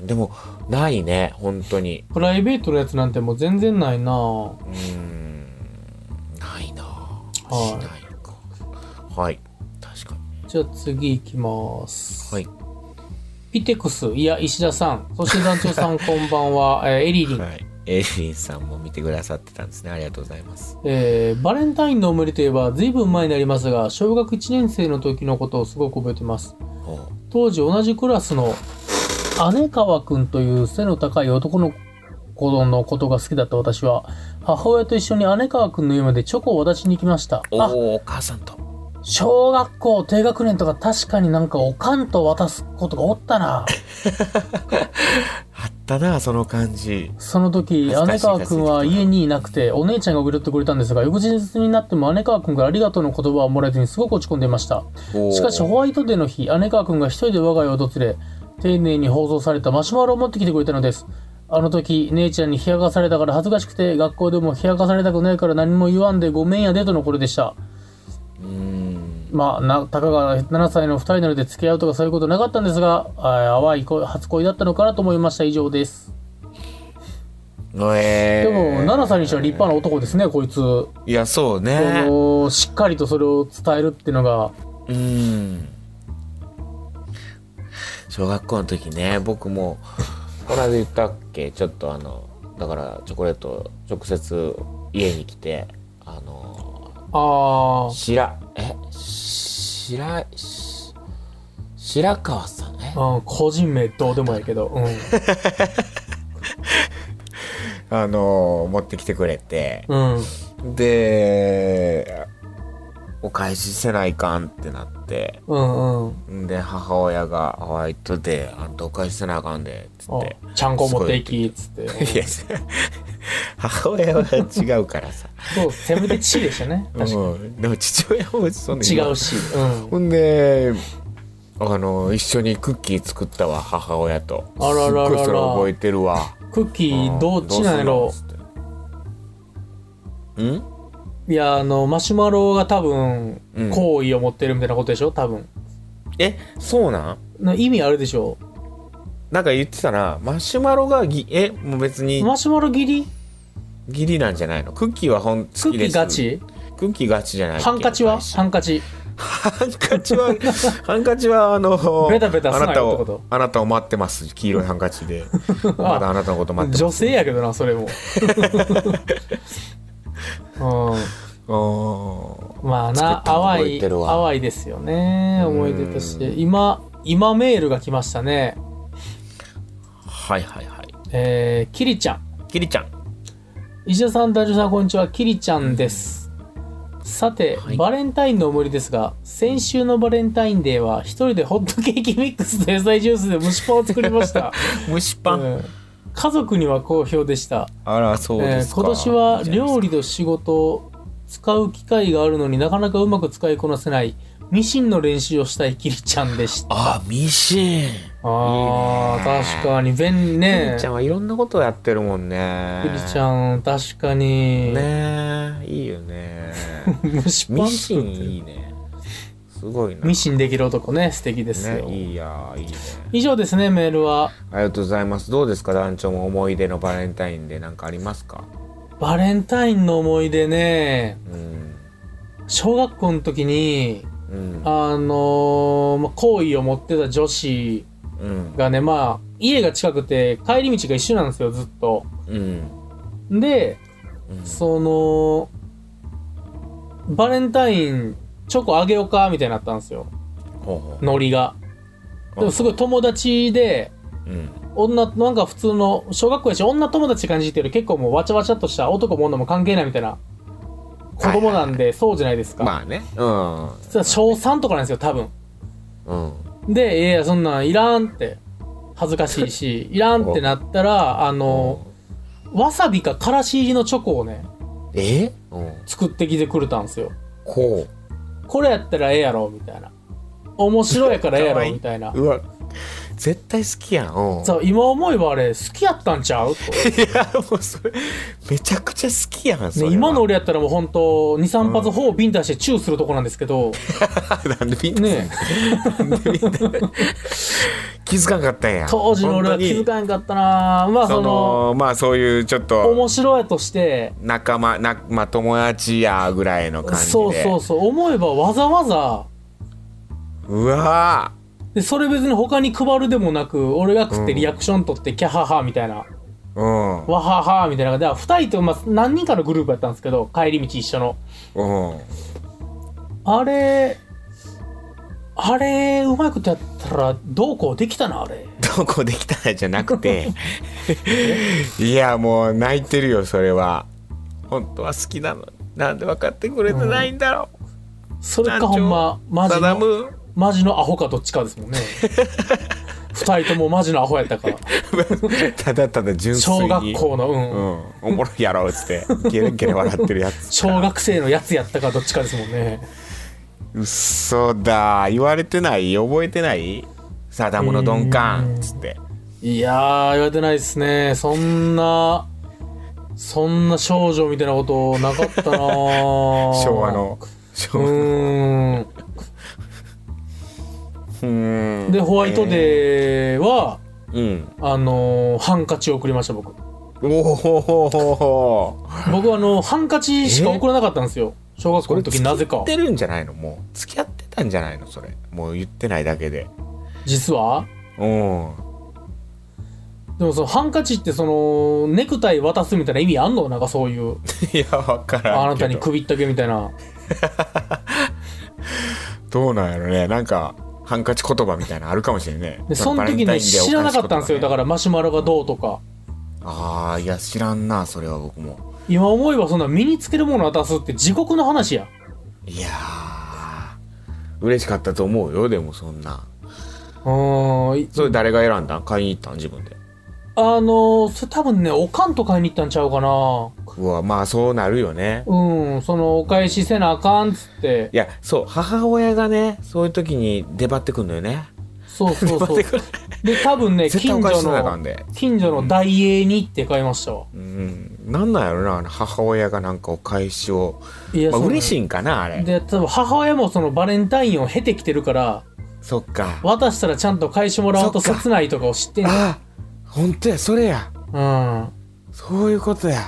Speaker 1: んでもないね本当に
Speaker 2: プライベートのやつなんてもう全然ないな
Speaker 1: うんないなしな
Speaker 2: はい
Speaker 1: いかはい確か
Speaker 2: じゃあ次行きます
Speaker 1: にはい
Speaker 2: ピテクスいや石田さんそして団長さんこんばんは、 <laughs> えーエリリン、
Speaker 1: はいエイリンさんも見てくださってたんですねありがとうございます
Speaker 2: えーバレンタインの思い出といえば随分前になりますが小学1年生の時のことをすごく覚えてます
Speaker 1: おう
Speaker 2: 当時同じクラスの姉川くんという背の高い男の子のことが好きだった私は母親と一緒に姉川くんの家までチョコを渡しに行きました
Speaker 1: お
Speaker 2: あ
Speaker 1: おお母さんと
Speaker 2: 小学校低学年とか確かになんかおかんと渡すことがおった
Speaker 1: <laughs>
Speaker 2: な
Speaker 1: あったなその感じ
Speaker 2: その時
Speaker 1: 懐か
Speaker 2: 姉
Speaker 1: しい
Speaker 2: 川くんは家にいなくてお姉ちゃんが送ってくれたんですが翌日になっても姉川くんからありがとうの言葉をもらえずにすごく落ち込んでいましたしかしホワイトデーの日、姉川くんが一人で我が家を訪れ、丁寧に包装されたマシュマロを持ってきてくれたのです。あの時、姉ちゃんに冷やかされたから恥ずかしくて、学校でも冷やかされたくないから何も言わんでごめんやでとのことでした。
Speaker 1: うーん
Speaker 2: まあ、な、たかが7歳の2人なので付き合うとかそういうことなかったんですが、あー淡い恋初恋だったのかなと思いました。以上です。
Speaker 1: えー
Speaker 2: でも、7歳にしては立派な男ですね、こいつ。
Speaker 1: いやそうね
Speaker 2: そのしっかりとそれを伝えるっていうのが、
Speaker 1: うーん小学校の時ね僕もこれで言ったっけちょっとあのだからチョコレートを直接家に来てあの
Speaker 2: ああ、
Speaker 1: 白え白し白川さんえ
Speaker 2: うん、個人名どうでもいいけど、 <laughs> うん。
Speaker 1: あの持ってきてくれて
Speaker 2: うん。
Speaker 1: でお返しせないかんってなって
Speaker 2: うんうん。
Speaker 1: んで母親がホワイトデーあんたお返しせなあかんでっつっ
Speaker 2: あ
Speaker 1: て
Speaker 2: ちゃんこ持っていき、つって。
Speaker 1: いや <laughs> そ母親は違うから
Speaker 2: <laughs>
Speaker 1: さ
Speaker 2: そう、せめて地でしたね。 <laughs> 確か
Speaker 1: うんでも父親もそんな
Speaker 2: に。違うし。うん。
Speaker 1: ほんであの一緒にクッキー作ったわ母親と
Speaker 2: あらら
Speaker 1: すっご
Speaker 2: らら
Speaker 1: いそれ覚えてるわ
Speaker 2: クッキーどっちなん
Speaker 1: う
Speaker 2: やろ
Speaker 1: んどうすんのっつってん
Speaker 2: いや、あの、マシュマロが多分
Speaker 1: うん、
Speaker 2: 好意を持ってるみたいなことでしょ多分。
Speaker 1: えそうなん
Speaker 2: の意味あるでしょ
Speaker 1: なんか言ってたなマシュマロがぎえもう別に
Speaker 2: マシュマロ切り
Speaker 1: ギリなんじゃないのクッキーはほん好
Speaker 2: ク
Speaker 1: き
Speaker 2: ッキ
Speaker 1: で
Speaker 2: ー
Speaker 1: す
Speaker 2: ガチ
Speaker 1: クッキーガチじゃないっけ
Speaker 2: ハンカチは
Speaker 1: 最
Speaker 2: ハンカチ。
Speaker 1: 初 <laughs> ハンカチはハンカチはあの
Speaker 2: ベタベタす
Speaker 1: あな
Speaker 2: なよ
Speaker 1: た
Speaker 2: ってこと
Speaker 1: をあなたを待ってます黄色いハンカチ
Speaker 2: <laughs>
Speaker 1: でまだあなたのこと待ってます
Speaker 2: 女性やけどな、そ
Speaker 1: <laughs>
Speaker 2: れも。う
Speaker 1: あ
Speaker 2: ん、まあな
Speaker 1: 作ったの覚
Speaker 2: 淡
Speaker 1: え
Speaker 2: い
Speaker 1: てるわ
Speaker 2: 淡いですよね思い出として
Speaker 1: うん
Speaker 2: 今今メールが来ましたね
Speaker 1: ーはいはいはい
Speaker 2: えー、キリちゃん
Speaker 1: キリちゃん
Speaker 2: 石田さん、大丈夫さん、こんにちは。キリちゃんです。さて、
Speaker 1: はい
Speaker 2: バレンタインのおもりですが、先週のバレンタインデーは、一人でホットケーキミックスと野菜ジュースで蒸しパンを作りました。
Speaker 1: 蒸しパン、
Speaker 2: うん家族には好評でした。
Speaker 1: あらそう
Speaker 2: え
Speaker 1: です
Speaker 2: ー
Speaker 1: か、
Speaker 2: 今年は料理と仕事を使う機会があるのになかなかうまく使いこなせない、ミシンの練習をしたいキリちゃんでした。
Speaker 1: <laughs> あミシン
Speaker 2: あ
Speaker 1: いい
Speaker 2: あ
Speaker 1: ね
Speaker 2: 確かに便
Speaker 1: ゆ
Speaker 2: ね
Speaker 1: りちゃんはいろんなことをやってるもんね。
Speaker 2: ゆりちゃん確かに、
Speaker 1: ねえ、いいよね。
Speaker 2: 蒸しパン
Speaker 1: ミ
Speaker 2: 作
Speaker 1: シ
Speaker 2: っ
Speaker 1: ン
Speaker 2: て
Speaker 1: い
Speaker 2: る
Speaker 1: いね。すごいな。
Speaker 2: ミシンできる男ね素敵ですよ、
Speaker 1: ね、いいや、いいね。
Speaker 2: 以上ですねメールは
Speaker 1: ありがとうございます。どうですか、団長も思い出のバレンタインで何かありますか
Speaker 2: バレンタインの思い出ね
Speaker 1: うん。
Speaker 2: 小学校の時に
Speaker 1: うん。
Speaker 2: あのーまあ好意を持ってた女子
Speaker 1: うん。
Speaker 2: がねまあ家が近くて帰り道が一緒なんですよずっと
Speaker 1: うん。
Speaker 2: で
Speaker 1: うん
Speaker 2: そのバレンタインチョコあげようかみたいになったんですよ
Speaker 1: ほうほ
Speaker 2: ノリがでもすごい友達で
Speaker 1: う。うん。
Speaker 2: 女なんか普通の小学校やし女友達って感じっていうより結構もうわちゃわちゃっとした男も女も関係ないみたいな子供なんでそうじゃないですか、
Speaker 1: まあね。うん。
Speaker 2: 実は小3とかなんですよ多分
Speaker 1: うん。
Speaker 2: でいやいやそんなんいらんって恥ずかし
Speaker 1: <laughs>
Speaker 2: いしいらんってなったらあのわさびかからし入りのチョコをね
Speaker 1: えうん。
Speaker 2: 作ってきてくれたんですよ
Speaker 1: こ
Speaker 2: これやったらええやろみたいな面白いからええや
Speaker 1: かわ
Speaker 2: ろ
Speaker 1: い <laughs> い
Speaker 2: みたいな
Speaker 1: う。うわ、絶対好きやん。うん。
Speaker 2: そう今思えばあれ好きやったん
Speaker 1: <laughs>
Speaker 2: ちゃうと
Speaker 1: いや、もうそれ、めちゃくちゃ好きやん、それ
Speaker 2: ね、
Speaker 1: は。
Speaker 2: 今の俺やったらもう本当二23発頬をビンタしてチューするとこなんです
Speaker 1: <laughs>
Speaker 2: けど
Speaker 1: なんでみんな、
Speaker 2: ね
Speaker 1: <laughs> 気づかんかったんや。
Speaker 2: 当時の俺は気づ
Speaker 1: ん
Speaker 2: かんかったなまあ
Speaker 1: そ
Speaker 2: その
Speaker 1: の、まあそういうちょっと、
Speaker 2: 面白いとして
Speaker 1: 仲間、なまあ友達やぐらいの感じで。
Speaker 2: そうそうそう思えばわざわざ
Speaker 1: うわ
Speaker 2: でそれ別に他に配るでもなく俺が食ってリアクション取ってキャハハみたいな、
Speaker 1: ぁ
Speaker 2: わははみたいな感じで2人と、まあ、何人かのグループやったんですけど帰り道一緒の
Speaker 1: うん。うん。
Speaker 2: あれあれうまいことやったらどうこうできたなあれ
Speaker 1: どこできたらじゃなく
Speaker 2: <laughs>
Speaker 1: て。いや、もう泣いてるよ、それ
Speaker 2: <laughs>
Speaker 1: は。本当は好きなのに。なんで分かってくれてないんだろう。
Speaker 2: それか
Speaker 1: 団
Speaker 2: ほ
Speaker 1: 長
Speaker 2: んまマジ
Speaker 1: サダ
Speaker 2: の
Speaker 1: ム。
Speaker 2: マジのアホかどっちかですも
Speaker 1: <laughs>
Speaker 2: んね二人ともマジのアホやったから
Speaker 1: ただただ純粋に。
Speaker 2: 小学校のうん、
Speaker 1: うん、おもろいやろっつってゲレゲレ笑ってるや
Speaker 2: <laughs>
Speaker 1: つ
Speaker 2: 小学生のやつやったかどっちかですもんね
Speaker 1: うそだ言われてない覚えてないサダムの鈍感っつって
Speaker 2: いやー言われてないですねそんなそんな少女みたいなことなかったな昭
Speaker 1: <laughs> 昭和の昭
Speaker 2: う
Speaker 1: 和
Speaker 2: ーん
Speaker 1: うん
Speaker 2: でホワイトデーは、
Speaker 1: うん
Speaker 2: あのーハンカチを送りました僕
Speaker 1: おほほほほ
Speaker 2: 僕はあのハンカチしか送らなかったんですよ小学校の時なぜ
Speaker 1: 言
Speaker 2: か
Speaker 1: ってるんじゃないのもう付き合ってたんじゃないのそれもう言ってないだけで
Speaker 2: 実は
Speaker 1: うん <laughs>
Speaker 2: でもそのハンカチってそのネクタイ渡すみたいな意味あんのなんかそういう
Speaker 1: いや分からんけど
Speaker 2: あなたに首ったけみたいな
Speaker 1: どうなんやろねなんかハンカチ言葉みたいなのあるかもしれないね
Speaker 2: でその時ね知らなかったんですよだかららマシュマロがどうとか
Speaker 1: ああいや知らんなそれは僕も
Speaker 2: 今思えばそんな身につけるもの渡すって地獄の話や
Speaker 1: いやー嬉しかったと思うよでもそんな
Speaker 2: うーんい
Speaker 1: それ誰が選んだん買いに行ったん自分で
Speaker 2: あのーそれ多分ねおかんと買いに行ったんちゃうかな
Speaker 1: うわまあそうなるよね
Speaker 2: うんそのお返しせなあかんっつって
Speaker 1: いやそう母親がねそういう時に出張ってくんのよね
Speaker 2: そ
Speaker 1: <laughs>
Speaker 2: うそう
Speaker 1: 出張っ
Speaker 2: そう
Speaker 1: てくる
Speaker 2: で多分ね
Speaker 1: <laughs> 絶対
Speaker 2: 近
Speaker 1: おか
Speaker 2: 所
Speaker 1: しそうやかん
Speaker 2: の
Speaker 1: で
Speaker 2: 近所の大英に行って買いましたわ
Speaker 1: うんなんなんやろなあの母親がなんかお返しを
Speaker 2: いや
Speaker 1: まあ
Speaker 2: そうね
Speaker 1: 嬉しいんかなあれ
Speaker 2: で多分母親もそのバレンタインを経てきてるから
Speaker 1: そっか
Speaker 2: 渡したらちゃんと返してもらおうと
Speaker 1: そっか
Speaker 2: 切ないとかを知って
Speaker 1: <laughs>
Speaker 2: んねん
Speaker 1: あ本当やそれや
Speaker 2: うん
Speaker 1: そういうことや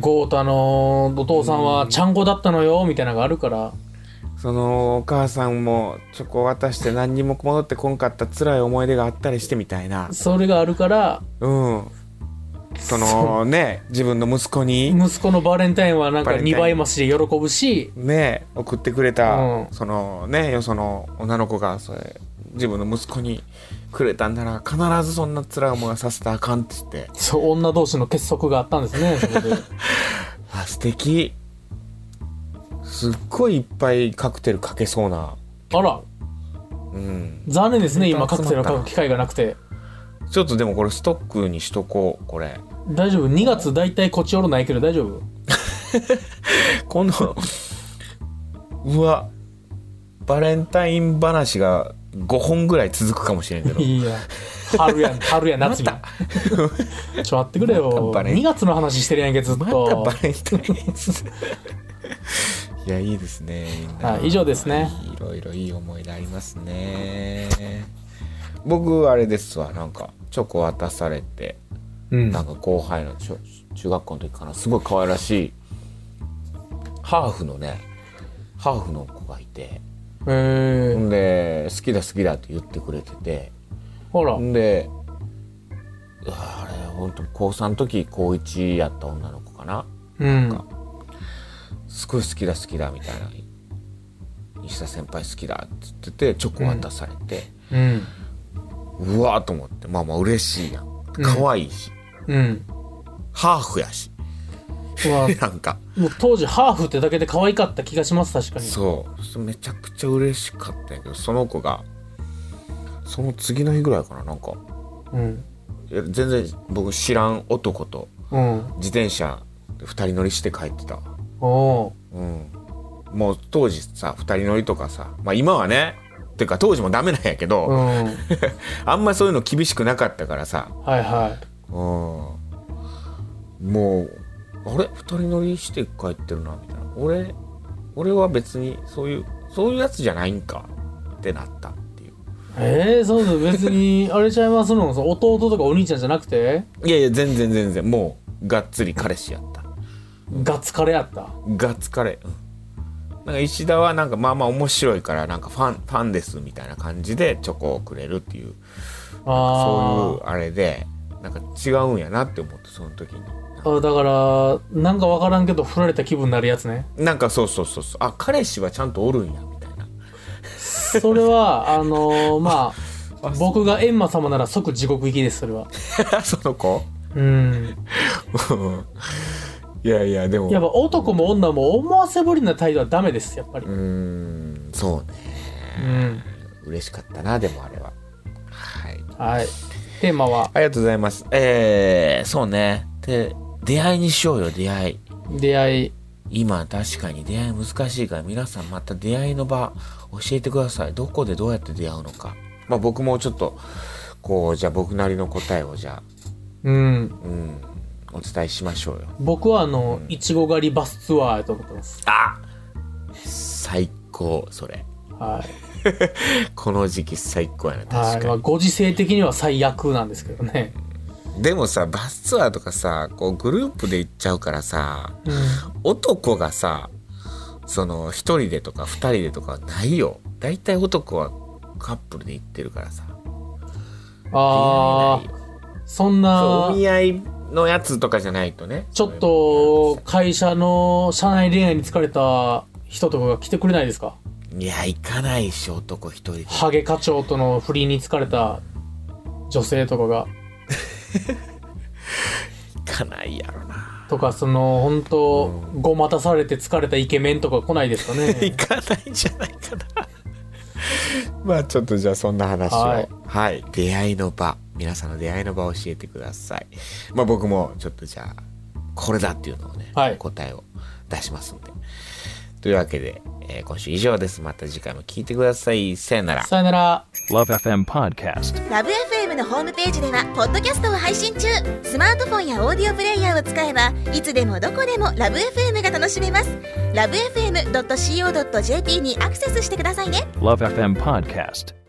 Speaker 2: 豪太のお父さんはちゃんこだったのよみたいなのがあるから
Speaker 1: そのお母さんもチョコ渡して何にも戻ってこんかった辛い思い出があったりしてみたいな
Speaker 2: それがあるから
Speaker 1: うん。そのね、自分の息子に、
Speaker 2: 息子のバレンタインはなんか
Speaker 1: バレンタイン
Speaker 2: 2倍増しで喜ぶし
Speaker 1: ね、送ってくれた、
Speaker 2: うん
Speaker 1: そのね、よその女の子が、それ、自分の息子にくれたんなら、必ずそんな辛い思いはさせたらあかんって言って、
Speaker 2: そう女同士の結束があったんですね <laughs> そこで
Speaker 1: あ、素敵。すっごいいっぱいカクテルかけそうな。
Speaker 2: あら
Speaker 1: うん。
Speaker 2: 残念ですね今
Speaker 1: 本当
Speaker 2: カ
Speaker 1: 集
Speaker 2: ク
Speaker 1: まった
Speaker 2: テルを買う機会がなくて
Speaker 1: ちょっとでもこれストックにしとこう、これ。
Speaker 2: 大丈夫2月大体こっちおるないけど大丈夫
Speaker 1: こ <laughs> の、うわ、バレンタイン話が5本ぐらい続くかもしれんけど。
Speaker 2: いや、
Speaker 1: <laughs>
Speaker 2: 春や、春や、夏や。 <laughs> ちょ、待ってくれよ。
Speaker 1: またバレン
Speaker 2: 2月の話してるやんけ、ずっ
Speaker 1: また
Speaker 2: と
Speaker 1: バ。レンタインですね <laughs> いや、いいですね。みんな
Speaker 2: はい以上ですね。
Speaker 1: いろいろいい思い出ありますね。僕、あれですわ。なんか、チョコ渡されて、
Speaker 2: うん。
Speaker 1: なんか後輩のちょ中学校の時かな、すごい可愛らしい、ハーフのね、ハーフの子がいて、
Speaker 2: え
Speaker 1: ほ
Speaker 2: ー、
Speaker 1: んで、好きだ好きだって言ってくれてて、
Speaker 2: ほら
Speaker 1: ほ。んで、うわあれ、本当高3の時、高1やった女の子かな。
Speaker 2: うん。
Speaker 1: すごい好きだ好きだみたいな西田先輩好きだって言っててチョコ渡されて、
Speaker 2: うん。
Speaker 1: うわーと思ってまあまあ嬉しいやん
Speaker 2: ん
Speaker 1: 可愛いし、
Speaker 2: うん。
Speaker 1: ハーフやし <laughs>
Speaker 2: うわ
Speaker 1: なんか
Speaker 2: もう当時、ハーフってだけで可愛かった気がします、確かに。
Speaker 1: そうめちゃくちゃ嬉しかったんやけどその子がその次の日ぐらいかななんか
Speaker 2: うん。
Speaker 1: いや全然僕知らん男と
Speaker 2: うん。
Speaker 1: 自転車で2人乗りして帰ってたわ
Speaker 2: おー
Speaker 1: うんもう当時さ2人乗りとかさまあ今はねてか当時もダメなんやけど、
Speaker 2: うん。はい
Speaker 1: <laughs> あんまそういうの厳しくなかったからさ。
Speaker 2: は
Speaker 1: うん。もう、あれ二人乗りして帰ってるな、みたいな。俺、俺は別にそういう、そういうやつじゃないんか、ってなったってい
Speaker 2: い。えー、そうそう、別に、あれちゃいますのその弟とかお兄ちゃんじゃなくて、
Speaker 1: う。いやいや、全然全然、もう、がっつり彼氏やった。
Speaker 2: ガッツカレーやった。
Speaker 1: がっつ彼。うんなんか石田はなんかまあまあ面白いからなんかファンファンですみたいな感じでチョコをくれるっていうそうい
Speaker 2: あ
Speaker 1: うあれでなんか違うんやなって思ってその時に
Speaker 2: あ。そういう。だから、なんかわからんけど、振られた気分になるやつね。
Speaker 1: なんかそうそうそうそうあ彼氏はちゃんとおるんやみたいな
Speaker 2: そ
Speaker 1: <laughs>
Speaker 2: れは、あのーまあ
Speaker 1: あ、
Speaker 2: 僕がエンマ様なら即地獄行きです、それは。
Speaker 1: <laughs> その子
Speaker 2: うん。
Speaker 1: うんいやいやでも
Speaker 2: やっぱ男も女も思わせぶりな態度はダメです、やっぱり
Speaker 1: う。ーんそうね
Speaker 2: うん。
Speaker 1: 嬉しかったなでもあれははい
Speaker 2: はい。テーマは、
Speaker 1: ありがとうございますえー、そうねで出会いにしようよ出会い
Speaker 2: 出会い。
Speaker 1: 今確かに出会い難しいから皆さんまた出会いの場教えてくださいどこでどうやって出会うのかまあ僕もちょっとこうじゃあ僕なりの答えをじゃ
Speaker 2: うん
Speaker 1: あ。うんお伝えしましょうよ
Speaker 2: 僕は、あの、いちご狩りバスツアーやと思ってます。
Speaker 1: あ最高それ
Speaker 2: はい。
Speaker 1: この時期最高やな確か
Speaker 2: はい。
Speaker 1: に、
Speaker 2: まあ、ご時世的には最悪なんですけどね。
Speaker 1: でもさバスツアーとかさこうグループで行っちゃうからさ
Speaker 2: うん。
Speaker 1: 男がさその一人でとか二人でとかはないよ大体男はカップルで行ってるからさ
Speaker 2: あ
Speaker 1: 出会いないよ
Speaker 2: あ、そん
Speaker 1: そう
Speaker 2: な
Speaker 1: お、見合いのやつとかじゃないとね
Speaker 2: ちょっと、会社の社内恋愛に疲れた人とかが来てくれないですか
Speaker 1: いや行かないでし男一人で
Speaker 2: ハゲ課長との不倫に疲れた女性とかが、
Speaker 1: 行かないやろな
Speaker 2: とか、その、本当ごまたされて疲れたイケメンとか来ないですか
Speaker 1: 行 <laughs>
Speaker 2: ね。
Speaker 1: かないんじゃないかな <laughs> まあちょっとじゃあそんな話をは
Speaker 2: はいい、
Speaker 1: 出会いの場皆さんの出会いの場を教えてくださいまあ僕もちょっとじゃあこれだっていうのをね、
Speaker 2: はい
Speaker 1: 答えを出しますんでというわけで、えー今週以上ですまた次回も聞いてくださいさよなら
Speaker 2: さよなら。
Speaker 3: Love FM Podcast.
Speaker 4: ラブ f m のホームページではポッドキャストを配信中スマートフォンやオーディオプレイヤーを使えばいつでもどこでもラブ f m が楽しめますラブ FM.co.jp にアクセスしてくださいね
Speaker 3: Love FM Podcast.